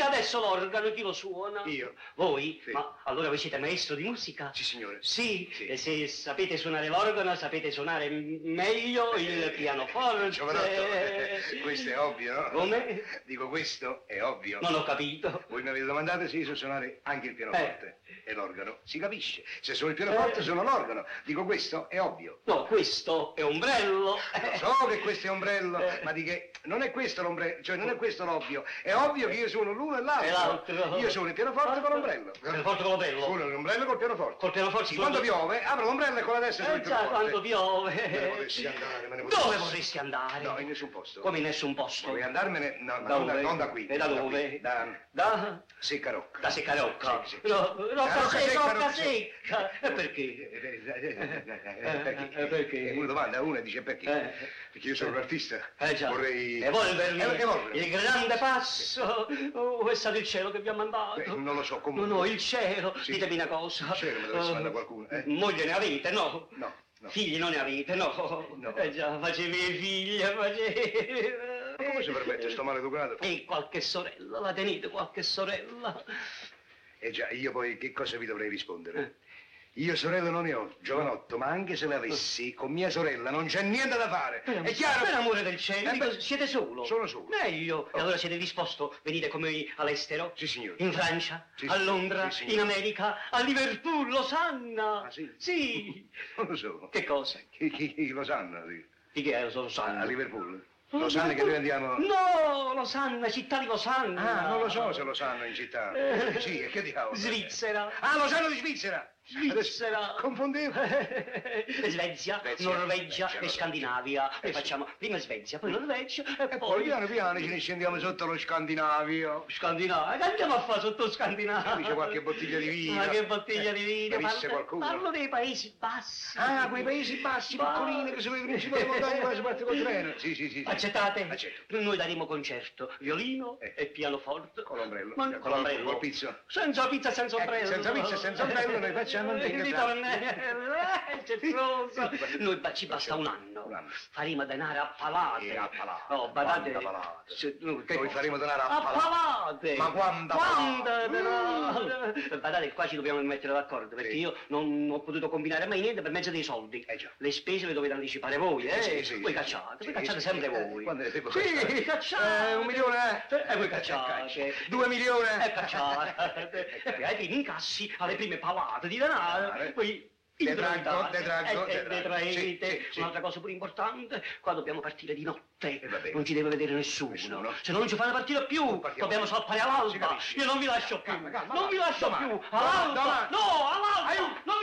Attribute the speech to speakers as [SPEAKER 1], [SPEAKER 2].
[SPEAKER 1] adesso l'organo chi lo suona?
[SPEAKER 2] Io.
[SPEAKER 1] Voi?
[SPEAKER 2] Sì.
[SPEAKER 1] Ma allora voi siete maestro di musica?
[SPEAKER 2] Sì, signore.
[SPEAKER 1] Sì,
[SPEAKER 2] Sì.
[SPEAKER 1] e se sapete suonare l'organo, sapete suonare m- meglio il pianoforte. Eh.
[SPEAKER 2] Giovanotto, Eh, questo è ovvio, no?
[SPEAKER 1] Come?
[SPEAKER 2] Dico, questo è ovvio.
[SPEAKER 1] Non ho capito.
[SPEAKER 2] Voi mi avete domandato se io so suonare anche il pianoforte e l'organo. Si capisce. Se sono il pianoforte,
[SPEAKER 1] Eh.
[SPEAKER 2] sono l'organo. Dico, questo è ovvio.
[SPEAKER 1] No, questo è ombrello.
[SPEAKER 2] Lo so che questo è ombrello,
[SPEAKER 1] Eh.
[SPEAKER 2] ma di che? Non è questo l'ombrello, cioè non è questo l'ovvio. È ovvio che io sono l'uno e l'altro.
[SPEAKER 1] E l'altro.
[SPEAKER 2] Io sono il pianoforte con l'ombrello.
[SPEAKER 1] Pianoforte con l'ombrello.
[SPEAKER 2] Sono l'ombrello col pianoforte.
[SPEAKER 1] Col pianoforte
[SPEAKER 2] Sì,
[SPEAKER 1] sono-
[SPEAKER 2] quando piove, apro l'ombrello e con la destra sono
[SPEAKER 1] Eh
[SPEAKER 2] il
[SPEAKER 1] già,
[SPEAKER 2] pianoforte.
[SPEAKER 1] quando piove.
[SPEAKER 2] Me ne potessi andare, me ne potessi.
[SPEAKER 1] Dove vorresti andare?
[SPEAKER 2] No, in nessun posto.
[SPEAKER 1] Come in nessun posto?
[SPEAKER 2] Vuoi andarmene? No, ma non da, non da qui.
[SPEAKER 1] E da
[SPEAKER 2] non
[SPEAKER 1] dove?
[SPEAKER 2] qui, Da
[SPEAKER 1] Da?
[SPEAKER 2] Seccarocca.
[SPEAKER 1] Da Seccarocca.
[SPEAKER 2] Sì, sì, sì.
[SPEAKER 1] No, Rocca
[SPEAKER 2] Rocca
[SPEAKER 1] secca,
[SPEAKER 2] secca,
[SPEAKER 1] Rocca
[SPEAKER 2] Rocca secca.
[SPEAKER 1] secca. E perché?
[SPEAKER 2] Eh, Perché?
[SPEAKER 1] eh, perché?
[SPEAKER 2] È una domanda, una dice perché?
[SPEAKER 1] Eh.
[SPEAKER 2] Perché io sono un artista.
[SPEAKER 1] Eh già,
[SPEAKER 2] Vorrei
[SPEAKER 1] evolvermi,
[SPEAKER 2] Eh, evolvermi.
[SPEAKER 1] il grande passo, oh, è stato il cielo che vi ha mandato.
[SPEAKER 2] Beh, non lo so, comunque.
[SPEAKER 1] No, no, il cielo,
[SPEAKER 2] Sì.
[SPEAKER 1] ditemi una cosa.
[SPEAKER 2] Il cielo me lo deve
[SPEAKER 1] Eh,
[SPEAKER 2] mandare qualcuno, eh.
[SPEAKER 1] Moglie ne avete, no?
[SPEAKER 2] No, no.
[SPEAKER 1] Figli non ne avete, no?
[SPEAKER 2] No.
[SPEAKER 1] Eh già, facevi figlia, faceva...
[SPEAKER 2] Ma come si permette sto maleducato?
[SPEAKER 1] E qualche sorella, la tenete qualche sorella?
[SPEAKER 2] E Eh, già, io poi che cosa vi dovrei rispondere?
[SPEAKER 1] Eh.
[SPEAKER 2] Io sorella non ne ho, giovanotto, ma anche se l'avessi, con mia sorella non c'è niente da fare.
[SPEAKER 1] Per am-
[SPEAKER 2] È chiaro?
[SPEAKER 1] Per amore del cielo,
[SPEAKER 2] Eh,
[SPEAKER 1] dico,
[SPEAKER 2] beh,
[SPEAKER 1] siete solo?
[SPEAKER 2] sono solo.
[SPEAKER 1] Meglio. E
[SPEAKER 2] Oh.
[SPEAKER 1] allora siete disposto, venite con me all'estero?
[SPEAKER 2] Sì, signore.
[SPEAKER 1] In Francia,
[SPEAKER 2] Sì,
[SPEAKER 1] a
[SPEAKER 2] sì,
[SPEAKER 1] Londra,
[SPEAKER 2] sì, signore.
[SPEAKER 1] in America, a Liverpool, Losanna.
[SPEAKER 2] Ah, sì?
[SPEAKER 1] Sì.
[SPEAKER 2] Non lo so.
[SPEAKER 1] che cosa?
[SPEAKER 2] Chi, chi- chi lo sanno? di-
[SPEAKER 1] Di che è Losanna?
[SPEAKER 2] A Liverpool? Lo sanno Ah, che noi andiamo...
[SPEAKER 1] No, Losanna, città di Losanna.
[SPEAKER 2] Ah, non lo so se lo sanno in città.
[SPEAKER 1] Eh.
[SPEAKER 2] Sì, e che diavolo?
[SPEAKER 1] Svizzera.
[SPEAKER 2] Ah, lo sanno di Svizzera!
[SPEAKER 1] Svizzera. Eh,
[SPEAKER 2] Adesso- Confondevo.
[SPEAKER 1] Svezia,
[SPEAKER 2] Svezia, Norvegia,
[SPEAKER 1] Norvegia e
[SPEAKER 2] Norvegia.
[SPEAKER 1] Scandinavia. Noi
[SPEAKER 2] Eh, sì. Mm.
[SPEAKER 1] facciamo prima Svezia, poi Norvegia
[SPEAKER 2] E poi piano piano ce ne scendiamo sotto lo Scandinavio.
[SPEAKER 1] Scandinavia, che Eh, andiamo a fare sotto
[SPEAKER 2] Ci
[SPEAKER 1] Scandinavia?
[SPEAKER 2] dice qualche bottiglia di vino.
[SPEAKER 1] Ma che bottiglia
[SPEAKER 2] Eh,
[SPEAKER 1] di vino?
[SPEAKER 2] ne visse
[SPEAKER 1] Parlo,
[SPEAKER 2] qualcuno?
[SPEAKER 1] parlo dei Paesi Bassi.
[SPEAKER 2] Ah, quei paesi bassi,
[SPEAKER 1] Ma-
[SPEAKER 2] piccolini, che sono i principali montagne quando si parte col treno. Sì, sì, sì. sì.
[SPEAKER 1] Accettate?
[SPEAKER 2] Accetto.
[SPEAKER 1] Noi daremo concerto, violino
[SPEAKER 2] Eh.
[SPEAKER 1] e pianoforte.
[SPEAKER 2] Con l'ombrello.
[SPEAKER 1] Ma-
[SPEAKER 2] Col-
[SPEAKER 1] con l'ombrello.
[SPEAKER 2] col pizzo.
[SPEAKER 1] Senza pizza, senza
[SPEAKER 2] Eh,
[SPEAKER 1] ombrello.
[SPEAKER 2] senza pizza, senza ombrello, noi facciamo un
[SPEAKER 1] Il
[SPEAKER 2] bel
[SPEAKER 1] ritornello, eh, certoso.
[SPEAKER 2] Sì.
[SPEAKER 1] Noi ba- ci basta un anno.
[SPEAKER 2] Un anno.
[SPEAKER 1] Faremo denaro a palate.
[SPEAKER 2] Eh, a palate.
[SPEAKER 1] Oh, badate.
[SPEAKER 2] Quanta palate.
[SPEAKER 1] Se- no, che
[SPEAKER 2] Noi
[SPEAKER 1] cosa?
[SPEAKER 2] faremo denaro a palate.
[SPEAKER 1] palate.
[SPEAKER 2] Ma quanta
[SPEAKER 1] Quanta
[SPEAKER 2] palate?
[SPEAKER 1] denaro? Badate, qua ci dobbiamo mettere d'accordo, perché
[SPEAKER 2] Mm. Sì.
[SPEAKER 1] io non ho potuto combinare mai niente per mezzo dei soldi.
[SPEAKER 2] Eh già.
[SPEAKER 1] Le spese le dovete anticipare voi, eh?
[SPEAKER 2] Sì, sì, sì,
[SPEAKER 1] voi
[SPEAKER 2] sì,
[SPEAKER 1] cacciate,
[SPEAKER 2] sì,
[SPEAKER 1] voi cacciate
[SPEAKER 2] sì,
[SPEAKER 1] sempre
[SPEAKER 2] sì, Eh,
[SPEAKER 1] voi.
[SPEAKER 2] quando le devo
[SPEAKER 1] sì,
[SPEAKER 2] cacciare?
[SPEAKER 1] cacciate.
[SPEAKER 2] Eh, un milione, eh? eh,
[SPEAKER 1] E voi
[SPEAKER 2] Caccia.
[SPEAKER 1] cacciate.
[SPEAKER 2] Due milioni?
[SPEAKER 1] E cacciate. e poi ai primi incassi, alle prime palate di denaro,
[SPEAKER 2] Denaro.
[SPEAKER 1] poi...
[SPEAKER 2] Detraggo,
[SPEAKER 1] introitate.
[SPEAKER 2] detraggo,
[SPEAKER 1] Eh, eh,
[SPEAKER 2] detraggo.
[SPEAKER 1] detraete.
[SPEAKER 2] Sì, sì, sì.
[SPEAKER 1] Un'altra cosa pure importante, qua dobbiamo partire di notte.
[SPEAKER 2] Eh, va bene.
[SPEAKER 1] non ci deve vedere nessuno.
[SPEAKER 2] Nessuno.
[SPEAKER 1] Se no non ci fanno partire più.
[SPEAKER 2] partiamo
[SPEAKER 1] Dobbiamo
[SPEAKER 2] più.
[SPEAKER 1] salpare
[SPEAKER 2] Si
[SPEAKER 1] all'alba.
[SPEAKER 2] capisce.
[SPEAKER 1] Io non vi lascio più.
[SPEAKER 2] Calma, calma,
[SPEAKER 1] non vi
[SPEAKER 2] calma.
[SPEAKER 1] lascio
[SPEAKER 2] Domani,
[SPEAKER 1] più.
[SPEAKER 2] domani,
[SPEAKER 1] All'alba.
[SPEAKER 2] domani.
[SPEAKER 1] No, all'alba.
[SPEAKER 2] Aiuto.
[SPEAKER 1] Non vi